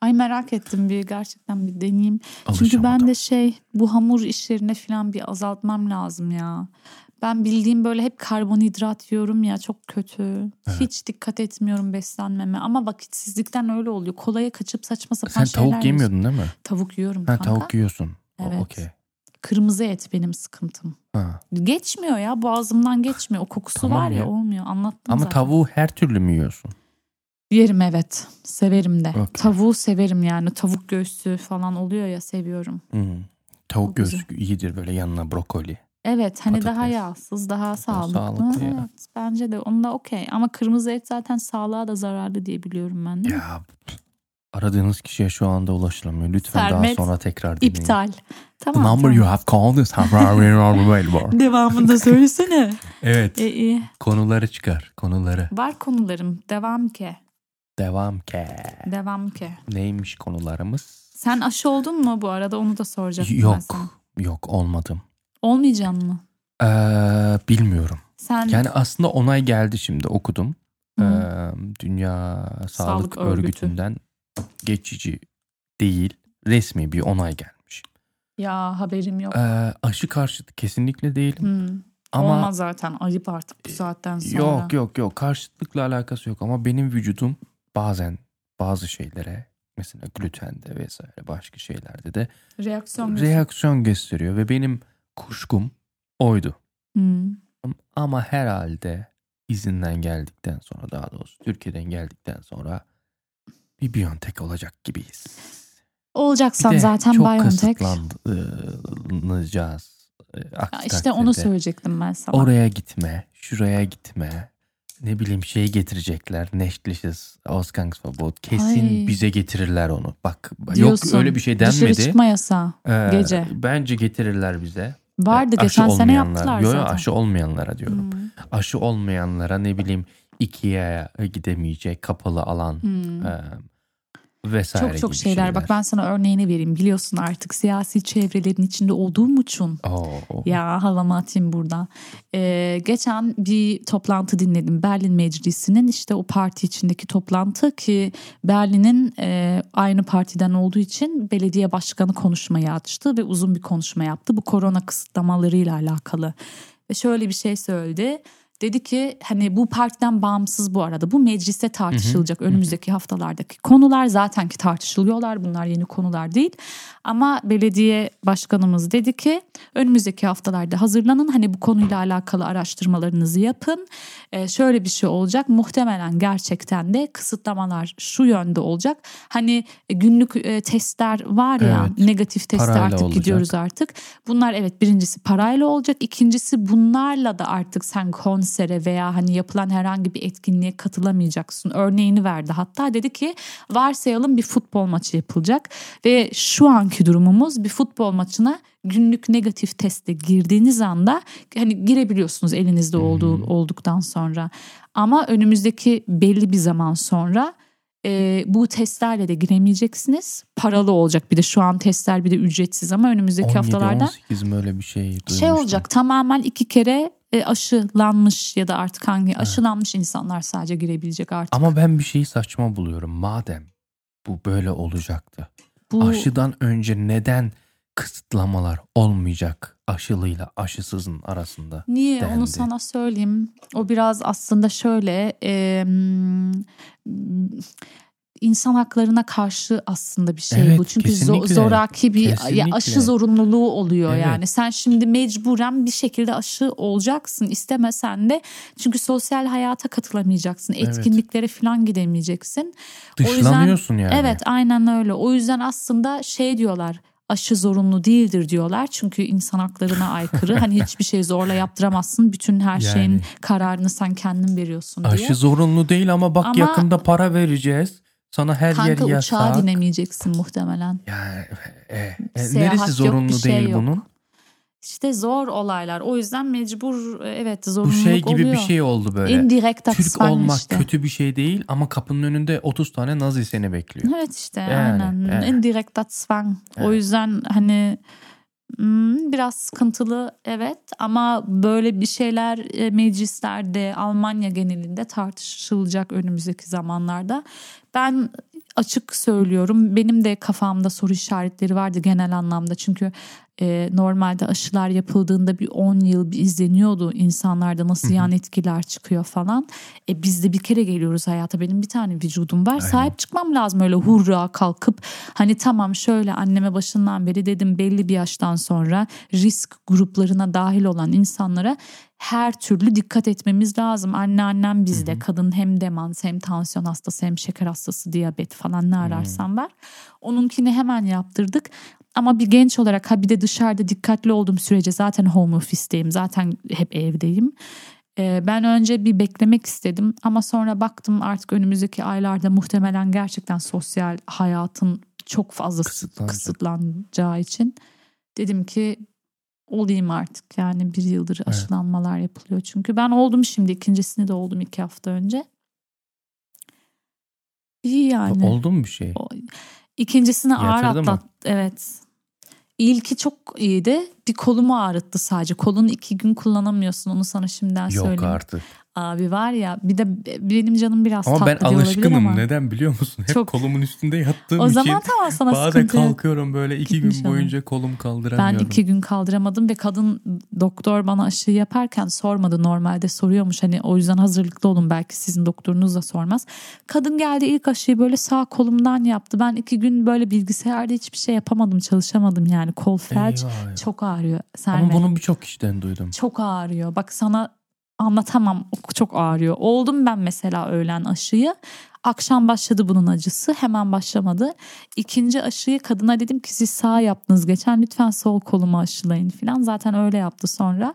Ay merak ettim bir gerçekten bir deneyeyim. Çünkü Alışamadım. ben de şey bu hamur işlerine falan bir azaltmam lazım ya. Ben bildiğim böyle hep karbonhidrat yiyorum ya çok kötü. Evet. Hiç dikkat etmiyorum beslenmeme ama vakitsizlikten öyle oluyor. Kolaya kaçıp saçma sapan E, sen şeyler tavuk yiyorsun. yemiyordun değil mi? Tavuk yiyorum Ha kanka. tavuk yiyorsun. O- Evet. Okey. Kırmızı et benim sıkıntım. Ha. Geçmiyor ya boğazımdan geçmiyor. O kokusu Tamam var ya, ya. olmuyor anlattım Ama zaten. tavuğu her türlü mü yiyorsun? Yerim evet severim de. Okey. Tavuğu severim yani tavuk göğsü falan oluyor ya seviyorum. Hı. Hmm. Tavuk Çok güzel. göğsü iyidir böyle yanına brokoli. Evet hani daha Patates. yağsız daha sağlıklı. sağlıklı ya. evet, bence de onda okey ama kırmızı et zaten sağlığa da zararlı diye biliyorum ben değil mi? Ya aradığınız kişiye şu anda ulaşılamıyor. Lütfen Sermet, daha sonra tekrar deneyin. İptal. The Tamam. number tamam. you have called is temporarily unavailable. Devamını da söylesene. Evet. e, iyi. Konuları çıkar. Konuları. Var konularım. Devam ke. Devam ki. Devam ke. Neymiş konularımız? Sen aşı oldun mu bu arada onu da soracaktım ben sana. Yok. Yok olmadım. Olmayacaksın mı? Ee, bilmiyorum. Sen Yani aslında onay geldi şimdi okudum. Hı. Ee, Dünya Sağlık, Sağlık Örgütü. Örgütü'nden geçici değil resmi bir onay gelmiş. ya haberim yok. Ee, aşı karşıtı kesinlikle değilim Hmm. ama E, Olmaz zaten ayıp artık bu saatten sonra. Yok yok yok karşıtlıkla alakası yok ama benim vücudum bazen bazı şeylere mesela glutende vesaire başka şeylerde de Reaksiyon. reaksiyon gösteriyor ve benim kuşkum oydu. Hmm. Ama herhalde izinden geldikten sonra daha doğrusu Türkiye'den geldikten sonra bir Biontech olacak gibiyiz. Bir Olacaksan de zaten çok Biontech. kısıtlanacağız. Ya İşte onu söyle. söyleyecektim ben sana. Oraya gitme, şuraya gitme. Ne bileyim şey getirecekler. Neştlişiz, Ausgangsverbot. Kesin Ay. bize getirirler onu. Bak Diyorsun, yok öyle bir şey Dışarı denmedi. çıkma yasağı. Ee, gece. Bence getirirler bize. Vardı Ee, aşı geçen sene olmayanlar- yaptılar yo, yo, zaten. aşı olmayanlara diyorum. Hmm, Aşı olmayanlara ne bileyim Ikea'ya gidemeyecek kapalı alan hmm. ee, vesaire Çok çok gibi şeyler. Bak ben sana örneğini vereyim. Biliyorsun artık siyasi çevrelerin içinde olduğum için. Oo. Ya halama atayım buradan. Ee, geçen bir toplantı dinledim. Berlin Meclisi'nin işte o parti içindeki toplantı ki Berlin'in e, aynı partiden olduğu için belediye başkanı konuşmayı açtı ve uzun bir konuşma yaptı. Bu korona kısıtlamalarıyla alakalı. Ve şöyle bir şey söyledi. Dedi ki hani bu partiden bağımsız bu arada bu mecliste tartışılacak önümüzdeki haftalardaki konular zaten ki tartışılıyorlar bunlar yeni konular değil. Ama belediye başkanımız dedi ki önümüzdeki haftalarda hazırlanın hani bu konuyla alakalı araştırmalarınızı yapın. Ee, şöyle bir şey olacak muhtemelen gerçekten de kısıtlamalar şu yönde olacak. Hani günlük e, testler var ya Evet. negatif teste Parayla artık olacak. gidiyoruz artık. Bunlar evet birincisi parayla olacak. İkincisi bunlarla da artık sen konsere veya hani yapılan herhangi bir etkinliğe katılamayacaksın. Örneğini verdi hatta dedi ki varsayalım bir futbol maçı yapılacak. Ve şu anki durumumuz bir futbol maçına günlük negatif teste girdiğiniz anda hani girebiliyorsunuz elinizde olduğu, Hmm. olduktan sonra. Ama önümüzdeki belli bir zaman sonra e, bu testlerle de giremeyeceksiniz. Paralı olacak bir de şu an testler bir de ücretsiz ama önümüzdeki 17, haftalarda 18 mi öyle bir şey duymuştum. şey olacak tamamen iki kere e, aşılanmış ya da artık hangi aşılanmış insanlar sadece girebilecek artık. Ama ben bir şeyi saçma buluyorum. Madem bu böyle olacaktı. Bu Aşıdan önce neden kısıtlamalar olmayacak aşılıyla aşısızın arasında? Niye onu dendi. sana söyleyeyim. O biraz aslında şöyle e, m, insan haklarına karşı aslında bir şey Evet, bu. Çünkü zo- kesinlikle. zoraki bir ya Kesinlikle. aşı zorunluluğu oluyor Evet. yani. Sen şimdi mecburen bir şekilde aşı olacaksın istemesen de. Çünkü sosyal hayata katılamayacaksın. Evet. Etkinliklere falan gidemeyeceksin. O yüzden- Dışlanıyorsun yani. Evet aynen öyle. O yüzden aslında şey diyorlar aşı zorunlu değildir diyorlar. Çünkü insan haklarına aykırı. hani hiçbir şey zorla yaptıramazsın. Bütün her Yani. şeyin kararını sen kendin veriyorsun diye. Aşı zorunlu değil ama bak Ama- yakında para vereceğiz. Sana her Kanka yer uçağa yasak. binemeyeceksin muhtemelen. Yani, e, e, Seyahat yok, neresi bir zorunlu şey değil yok. bunun? İşte zor olaylar. O yüzden mecbur e, evet Bu zorunluluk şey gibi oluyor. bir şey oldu böyle. İndirekt Türk aksiyon olmak işte. kötü bir şey değil ama kapının önünde 30 tane Nazi seni bekliyor. Evet işte Yani, aynen. evet. Indirekt Zwang. O Evet. yüzden hani hmm, biraz sıkıntılı evet ama böyle bir şeyler e, meclislerde Almanya genelinde tartışılacak önümüzdeki zamanlarda. Ben açık söylüyorum benim de kafamda soru işaretleri vardı genel anlamda çünkü e, normalde aşılar yapıldığında bir 10 yıl bir izleniyordu insanlarda nasıl yan etkiler çıkıyor falan. E, biz de bir kere geliyoruz hayata benim bir tane vücudum var sahip çıkmam lazım öyle hurra kalkıp hani tamam şöyle anneme başından beri dedim belli bir yaştan sonra risk gruplarına dahil olan insanlara her türlü dikkat etmemiz lazım. Anneannem bizde kadın hem demans hem tansiyon hastası hem şeker hastası diyabet falan ne ararsan var. Onunkini hemen yaptırdık. Ama bir genç olarak ha bir de dışarıda dikkatli olduğum sürece zaten home office'teyim. Zaten hep evdeyim. Ee, Ben önce bir beklemek istedim ama sonra baktım artık önümüzdeki aylarda muhtemelen gerçekten sosyal hayatın çok fazla Kısıtlanacak. kısıtlanacağı için dedim ki olayım artık yani bir yıldır aşılanmalar yapılıyor çünkü ben oldum şimdi ikincisini de oldum iki hafta önce. İyi yani. Oldu mu bir şey? O- İkincisini ağır Yatırdı mı? atlat. Evet. İlki çok iyiydi. Bir kolumu ağrıttı sadece. Kolunu iki gün kullanamıyorsun. Onu sana şimdiden Yok söyleyeyim. artık. Abi var ya bir de be- benim canım biraz Ama tatlı ben diye olabilir alışkınım. ama. Neden biliyor musun? Hep Çok- kolumun üstünde yattığım O zaman için tamam sana bazen sıkıntı yok. kalkıyorum böyle iki Gitmiş gün adam. boyunca kolum Ben kaldıramıyorum. iki gün kaldıramadım ve kadın doktor bana aşı yaparken sormadı. Normalde soruyormuş hani o yüzden hazırlıklı olun belki sizin doktorunuz da sormaz. Kadın geldi ilk aşıyı böyle sağ kolumdan yaptı. Ben iki gün böyle bilgisayarda hiçbir şey yapamadım çalışamadım yani kol felç Eyvah. çok ağrıyor. Sermet. Ama bunu birçok kişiden duydum. Çok ağrıyor. Bak sana anlatamam. Çok ağrıyor. Oldum ben mesela öğlen aşıyı. Akşam başladı bunun acısı. Hemen başlamadı. İkinci aşıyı kadına dedim ki siz sağ yaptınız geçen lütfen sol kolumu aşılayın falan. Zaten öyle yaptı sonra.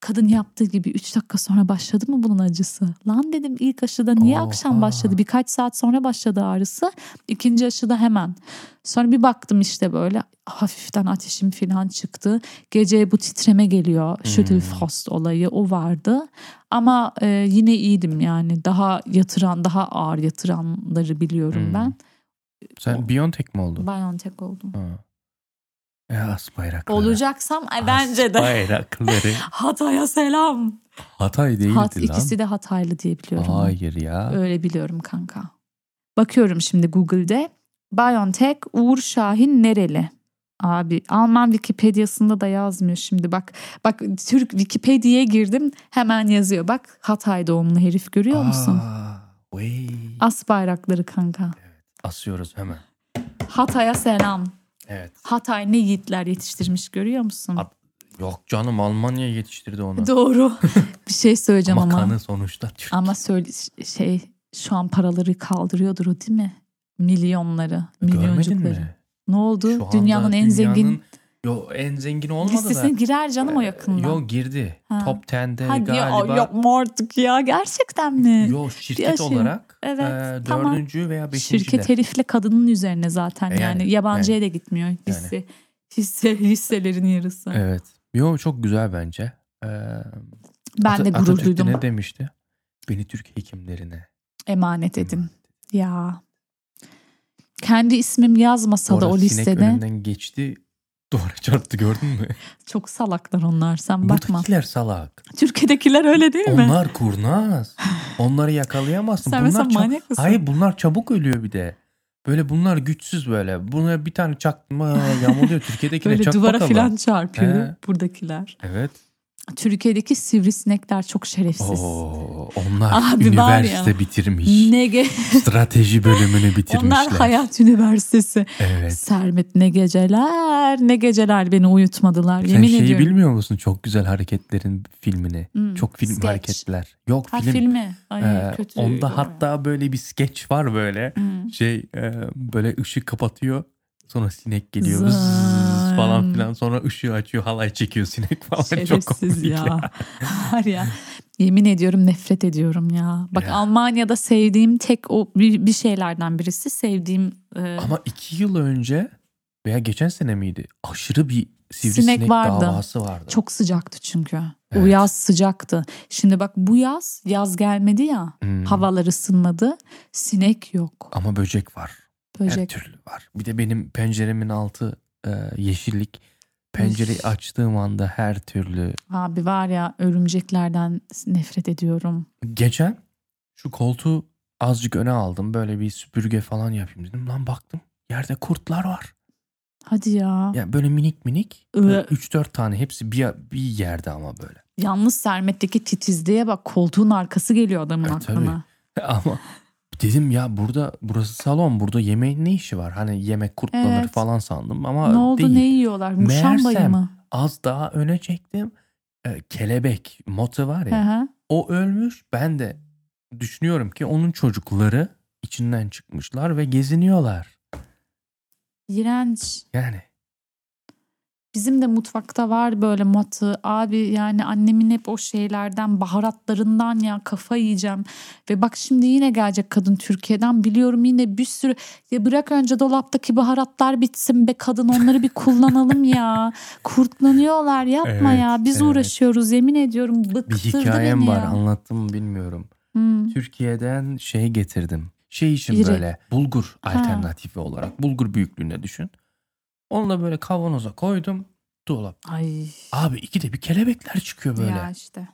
Kadın yaptığı gibi 3 dakika sonra başladı mı bunun acısı? Lan dedim ilk aşıda niye Oha. akşam başladı? Birkaç saat sonra başladı ağrısı. İkinci aşıda hemen. Sonra bir baktım işte böyle hafiften ateşim falan çıktı. Gece bu titreme geliyor. Schüttelfrost Hmm. olayı o vardı. Ama e, yine iyiydim yani. Daha yatıran, daha ağır yatıranları biliyorum Hmm. ben. Sen Biontech mi oldun? Biontech oldum. Ha. E, as bayrakları. Olacaksam e, bence de. Bayrakları. Hatay'a selam. Hatay değildi Hat, lan. ikisi de Hataylı diye biliyorum. ben. Hayır ya. Öyle biliyorum kanka. Bakıyorum şimdi Google'de. Biontech Uğur Şahin nereli? Abi Alman Wikipedia'sında da yazmıyor şimdi bak. Bak Türk Wikipedia'ya girdim hemen yazıyor. Bak Hatay doğumlu herif görüyor musun? Aa, vay. As bayrakları kanka. Asıyoruz hemen. Hatay'a selam. Evet. Hatay ne yiğitler yetiştirmiş görüyor musun? At- Yok canım Almanya yetiştirdi onu. Doğru. Bir şey söyleyeceğim ama, ama. kanı sonuçta Türk. Ama söyle şey şu an paraları kaldırıyordur o değil mi? Milyonları, Görmedin milyoncukları. mi? Ne oldu? Şu anda dünyanın en zengin Yo en zengin olmadı listesine da. girer canım o yakında. Yo girdi. Ha. Top 10'de Hadi ya, e, galiba. Yok, yapma artık ya gerçekten mi? şirket Yaşıyor. olarak şey, Evet, e, tamam. dördüncü veya beşinci Şirket herifle kadının üzerine zaten E yani, yani, yabancıya da gitmiyor hisse hisse hisselerin yarısı. Evet. Yo çok güzel bence. Ee, Ben de Ata- gurur Atatürk de duydum. ne demişti? Beni Türk hekimlerine. Hmm. Emanet edin. Ya. Kendi ismim yazmasa da Sonra o Sinek listede önünden geçti. Duvara çarptı gördün mü? çok salaklar onlar sen bakma. Buradakiler salak. Türkiye'dekiler öyle değil mi? Onlar kurnaz. Onları yakalayamazsın. Sen bunlar mesela ça- manyak mısın? Hayır bunlar çabuk ölüyor bir de. Böyle bunlar güçsüz böyle. Buna bir tane çakma yamuluyor. Türkiye'dekine Böyle çak duvara bakalım. falan çarpıyor He. buradakiler. Evet. Türkiye'deki sivrisinekler çok şerefsiz. Oo, onlar Abi var üniversite ya. bitirmiş. Nege. Strateji bölümünü bitirmişler. Onlar hayat üniversitesi. Evet. Sermet ne geceler ne geceler beni uyutmadılar. Sen Yemin şeyi ediyorum. bilmiyor musun? Çok güzel hareketlerin filmini. Hmm, Çok film sketch. hareketler. Yok Ha, film. filmi. Ay, Ee, kötü. onda hatta böyle bir skeç var böyle. Hmm. Şey e, böyle ışık kapatıyor. Sonra sinek geliyor Zın. Zzzz falan filan. Sonra ışığı açıyor halay çekiyor sinek falan. Çok Şerefsiz komik ya. ya. Var ya. Yemin ediyorum nefret ediyorum ya. Bak Ya. Almanya'da sevdiğim tek o bir, bir şeylerden birisi sevdiğim e, Ama iki yıl önce veya geçen sene miydi? Aşırı bir sivrisinek Sinek vardı. davası vardı. çok sıcaktı çünkü. O Evet. yaz sıcaktı. Şimdi bak bu yaz yaz gelmedi ya. Hmm. Havalar ısınmadı. Sinek yok. Ama böcek var. Her Böcek. türlü var. Bir de benim penceremin altı e, yeşillik. Pencereyi Üf. açtığım anda her türlü. Abi var ya örümceklerden nefret ediyorum. Geçen şu koltuğu azıcık öne aldım. Böyle bir süpürge falan yapayım dedim. Lan baktım yerde kurtlar var. Hadi ya. Yani böyle minik minik. Iı. 3-4 tane hepsi bir, bir yerde ama böyle. Yalnız Sermet'teki titizliğe bak koltuğun arkası geliyor adamın E, aklına. ama dedim ya burada burası salon burada yemeğin ne işi var? Hani yemek kurtlanır Evet. falan sandım ama ne oldu değil. ne yiyorlar? Muşambayı Meğersem- mı? Az daha öne çektim. E, kelebek motu var ya. Hı hı. O ölmüş. Ben de düşünüyorum ki onun çocukları içinden çıkmışlar ve geziniyorlar. İğrenç. Yani Bizim de mutfakta var böyle matı. Abi yani annemin hep o şeylerden, baharatlarından ya kafa yiyeceğim. Ve bak şimdi yine gelecek kadın Türkiye'den biliyorum yine bir sürü. Ya bırak önce dolaptaki baharatlar bitsin be kadın onları bir kullanalım ya. Kurtlanıyorlar yapma Evet, ya. Biz evet. uğraşıyoruz yemin ediyorum bir bıktırdı beni hikayem var ya. anlattım mı bilmiyorum. Hmm. Türkiye'den şey getirdim. Şey için İri. böyle bulgur Ha. alternatifi olarak bulgur büyüklüğünde düşün. Onu da böyle kavanoza koydum. Dolap. Ay Abi iki de bir kelebekler çıkıyor böyle. ya işte.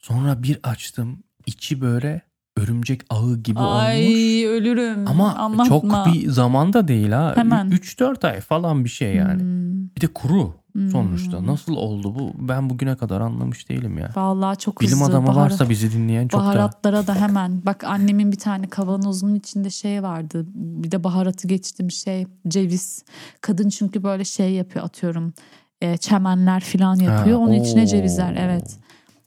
Sonra bir açtım. içi böyle örümcek ağı gibi olmuş. Ay ölürüm. Ama Anlatma. çok bir zamanda değil ha. Hemen. 3-4 ay falan bir şey yani. Hmm. Bir de kuru Hmm. sonuçta. Nasıl oldu bu? Ben bugüne kadar anlamış değilim ya. Vallahi çok Bilim hızlı. adamı baharat- varsa bizi dinleyen çok da Baharatlara da hemen. Bak annemin bir tane kavanozunun içinde şey vardı. Bir de baharatı geçtim şey ceviz. Kadın çünkü böyle şey yapıyor atıyorum. e, çemenler falan yapıyor. Onun oo. içine cevizler evet.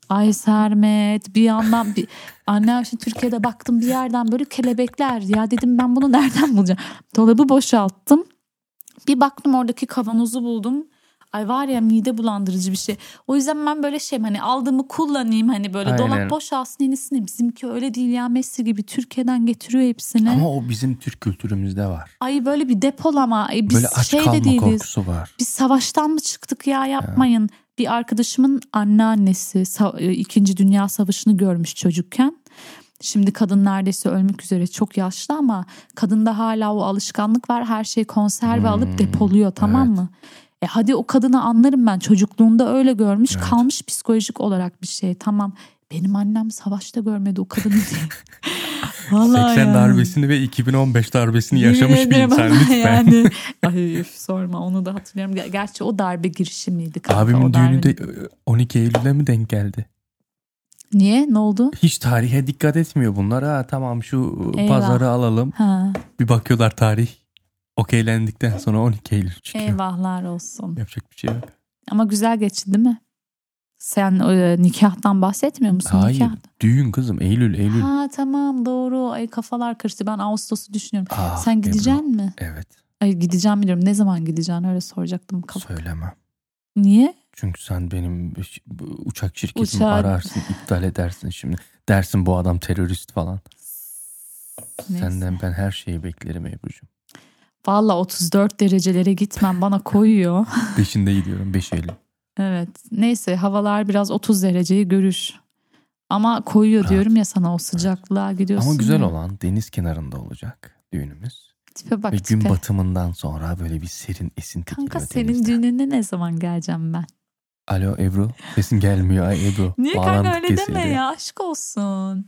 Ay Sermet bir yandan bir annem şimdi Türkiye'de baktım bir yerden böyle kelebekler ya dedim ben bunu nereden bulacağım. Dolabı boşalttım. Bir baktım oradaki kavanozu buldum. Ay var ya mide bulandırıcı bir şey. O yüzden ben böyle şeyim hani aldığımı kullanayım hani böyle Aynen. dolap boşalsın yenisini. Bizimki öyle değil ya Messi gibi Türkiye'den getiriyor hepsini. ama o bizim Türk kültürümüzde var. Ay böyle bir depolama. Ay biz böyle aç şey kalma de değiliz. korkusu var. Biz savaştan mı çıktık ya yapmayın. Bir arkadaşımın anneannesi sa- e, İkinci Dünya Savaşı'nı görmüş çocukken. Şimdi kadın neredeyse ölmek üzere çok yaşlı ama kadında hala o alışkanlık var. Her şeyi konserve Hmm, alıp depoluyor tamam evet. mı? E hadi o kadını anlarım ben. Çocukluğunda öyle görmüş Evet. kalmış psikolojik olarak bir şey tamam. Benim annem savaşta görmedi o kadını diye. Vallahi ya. ve 2015 darbesini Yemin ederim ama Yani. Ay üf, sorma onu da hatırlıyorum. Ger- Gerçi o darbe girişimiydi. kanka, o Abimin darbenin. düğünü de e, 12 Eylül'e mi denk geldi? Niye? Ne oldu? Hiç tarihe dikkat etmiyor bunlar. Ha tamam şu e, Eyvah. pazarı alalım. Ha, Bir bakıyorlar tarih okeylendikten sonra 12 Eylül çıkıyor. eyvahlar olsun. Yapacak bir şey yok. Ama güzel geçti değil mi? Sen e, nikahtan bahsetmiyor musun? Hayır Nikah. düğün kızım Eylül Eylül. Ha tamam doğru. Ay kafalar karıştı. Ben Ağustos'u düşünüyorum. Ah, Sen gideceksin Ebru. mi? Evet Ay gideceğim biliyorum. Ne zaman gideceksin öyle soracaktım. Kafa. söyleme. Niye? Çünkü sen benim bu uçak şirketimi Uçağı- ararsın iptal edersin şimdi. Dersin bu adam terörist falan. Neyse. Senden ben her şeyi beklerim Ebru'cum. Valla 34 derecelere gitmem bana koyuyor. Beşinde gidiyorum 5 Eylül. Evet. Neyse havalar biraz 30 dereceyi görür. Ama koyuyor Evet. diyorum ya sana o sıcaklığa gidiyorsun. Ama güzel ya. olan deniz kenarında olacak düğünümüz. Tipe bak Ve gün tipe. batımından sonra böyle bir serin esinti Kanka geliyor senin denizden. düğününe ne zaman geleceğim ben? Alo Ebru sesin gelmiyor ay Ebru. Niye kanka Bağlandık öyle deme kesildi. ya aşk olsun.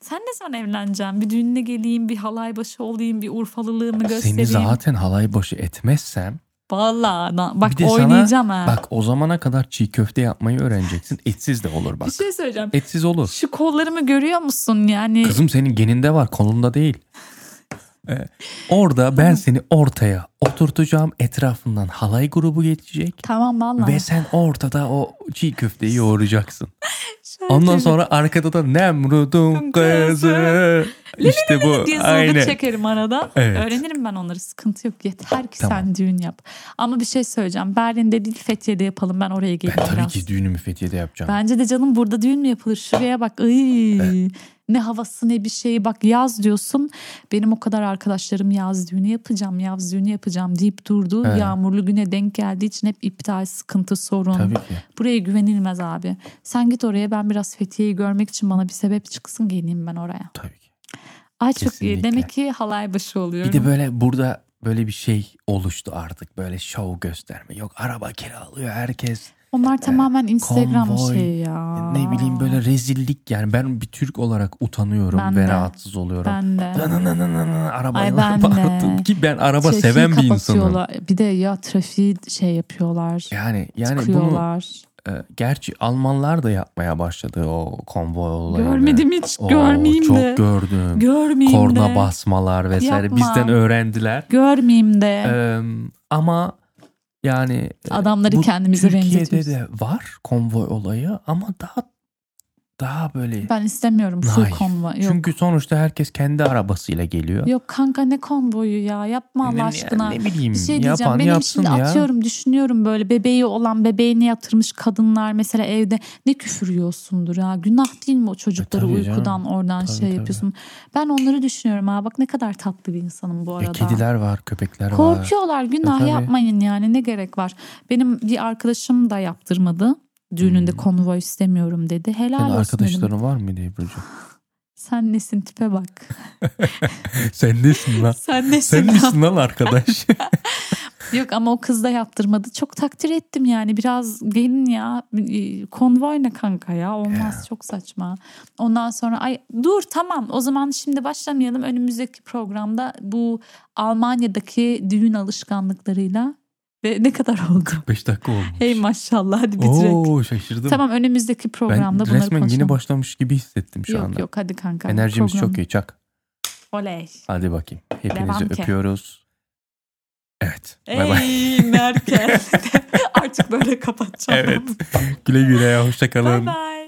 Sen ne zaman evleneceksin? Bir düğününe geleyim, bir halay başı olayım, bir Urfalılığımı göstereyim. Seni zaten halay başı etmezsem Vallahi na- bak Bir de sana- oynayacağım ha. bak o zamana kadar çiğ köfte yapmayı öğreneceksin. Etsiz de olur bak. Bir şey söyleyeceğim. Etsiz olur. Şu kollarımı görüyor musun yani? Kızım senin geninde var konunda değil. Ee, orada ben seni ortaya oturtacağım. Etrafından halay grubu geçecek. Tamam vallahi. Ve sen ortada o çiğ köfteyi yoğuracaksın. Şöyle Ondan şöyle sonra arkada da Nemrut'un kızı. İşte bu. diye zılgıt Aynen. çekerim arada. Evet. Öğrenirim ben onları sıkıntı yok. Yeter ki Tamam. sen düğün yap. Ama bir şey söyleyeceğim. Berlin'de değil Fethiye'de yapalım. Ben oraya Ben geleyim tabii biraz. ki düğünümü Fethiye'de yapacağım. Bence de canım burada düğün mü yapılır? Şuraya bak. Iy. Ne havası ne bir şeyi bak yaz diyorsun. Benim o kadar arkadaşlarım yaz düğünü yapacağım, yaz düğünü yapacağım deyip durdu. Evet. Yağmurlu güne denk geldiği için hep iptal, sıkıntı, sorun. Tabii ki. Buraya güvenilmez abi. Sen git oraya ben biraz Fethiye'yi görmek için bana bir sebep çıksın geleyim ben oraya. Tabii ki. Ay çok iyi. Kesinlikle. Demek ki halay başı oluyorum. Bir de böyle burada böyle bir şey oluştu artık. Böyle şov gösterme. Yok araba kiralıyor herkes. Onlar tamamen Instagram e, konvoy, şeyi ya. Ne bileyim böyle rezillik yani. Ben bir Türk olarak utanıyorum Ben ve de. rahatsız oluyorum. Ben de. Nananana Arabayla Ay ben de. bağırdım ki ben araba Trafiği seven bir insanım. kapatıyorlar. Bir de ya trafiği şey yapıyorlar. Yani yani bunu tıkıyorlar. e, gerçi Almanlar da yapmaya başladı o konvoy olayını. Görmedim hiç. Oo, görmeyeyim çok de. gördüm. görmeyeyim Korna de. basmalar vesaire Yapma. bizden öğrendiler. Görmeyeyim de. Ee, ama yani e, Adamları bu kendimize Türkiye'de benzetiyoruz. de var konvoy olayı ama daha daha böyle Ben istemiyorum full Hayır. konvoy. Yok. çünkü sonuçta herkes kendi arabasıyla geliyor. Yok kanka ne konvoyu ya yapma Ne- Allah ne- aşkına. Ne bileyim bir şey diyeceğim. Hmm, yapan Benim yapsın şimdi ya. atıyorum düşünüyorum böyle bebeği olan bebeğini yatırmış kadınlar mesela evde ne küfür yiyorsundur ya. Günah değil mi o çocukları E, tabii canım. uykudan oradan Tabii, şey tabii. yapıyorsun. Ben onları düşünüyorum ha bak ne kadar tatlı bir insanım bu Ya arada. E, kediler var, köpekler var. E, Korkuyorlar günah tabii. yapmayın yani ne gerek var. Benim bir arkadaşım da yaptırmadı. Düğününde konvoy istemiyorum dedi. Helal Hmm. Senin olsun dedim. arkadaşların var mıydı Ebru'cum? Sen nesin tipe bak. Sen nesin lan? Sen nesin Sen ya? misin lan arkadaş? Yok ama o kız da yaptırmadı. Çok takdir ettim yani. Biraz gelin ya. e, Konvoy ne kanka ya. Olmaz çok saçma. Ondan sonra ay dur tamam o zaman şimdi başlamayalım. Önümüzdeki programda bu Almanya'daki düğün alışkanlıklarıyla ve ne kadar oldu? 5 dakika olmuş. Hey maşallah hadi bitirek. Oo şaşırdım. Tamam önümüzdeki programda ben bunları resmen konuşalım. yeni başlamış gibi hissettim şu yok anda. yok hadi kanka. Enerjimiz Program- çok iyi çak. Oley. Hadi bakayım. Hepinizi Devam ki. öpüyoruz. Evet. Bay bay. Ey Merkel. Artık böyle kapatacağım. Evet. Güle güle. Hoşça kalın. Bay bay.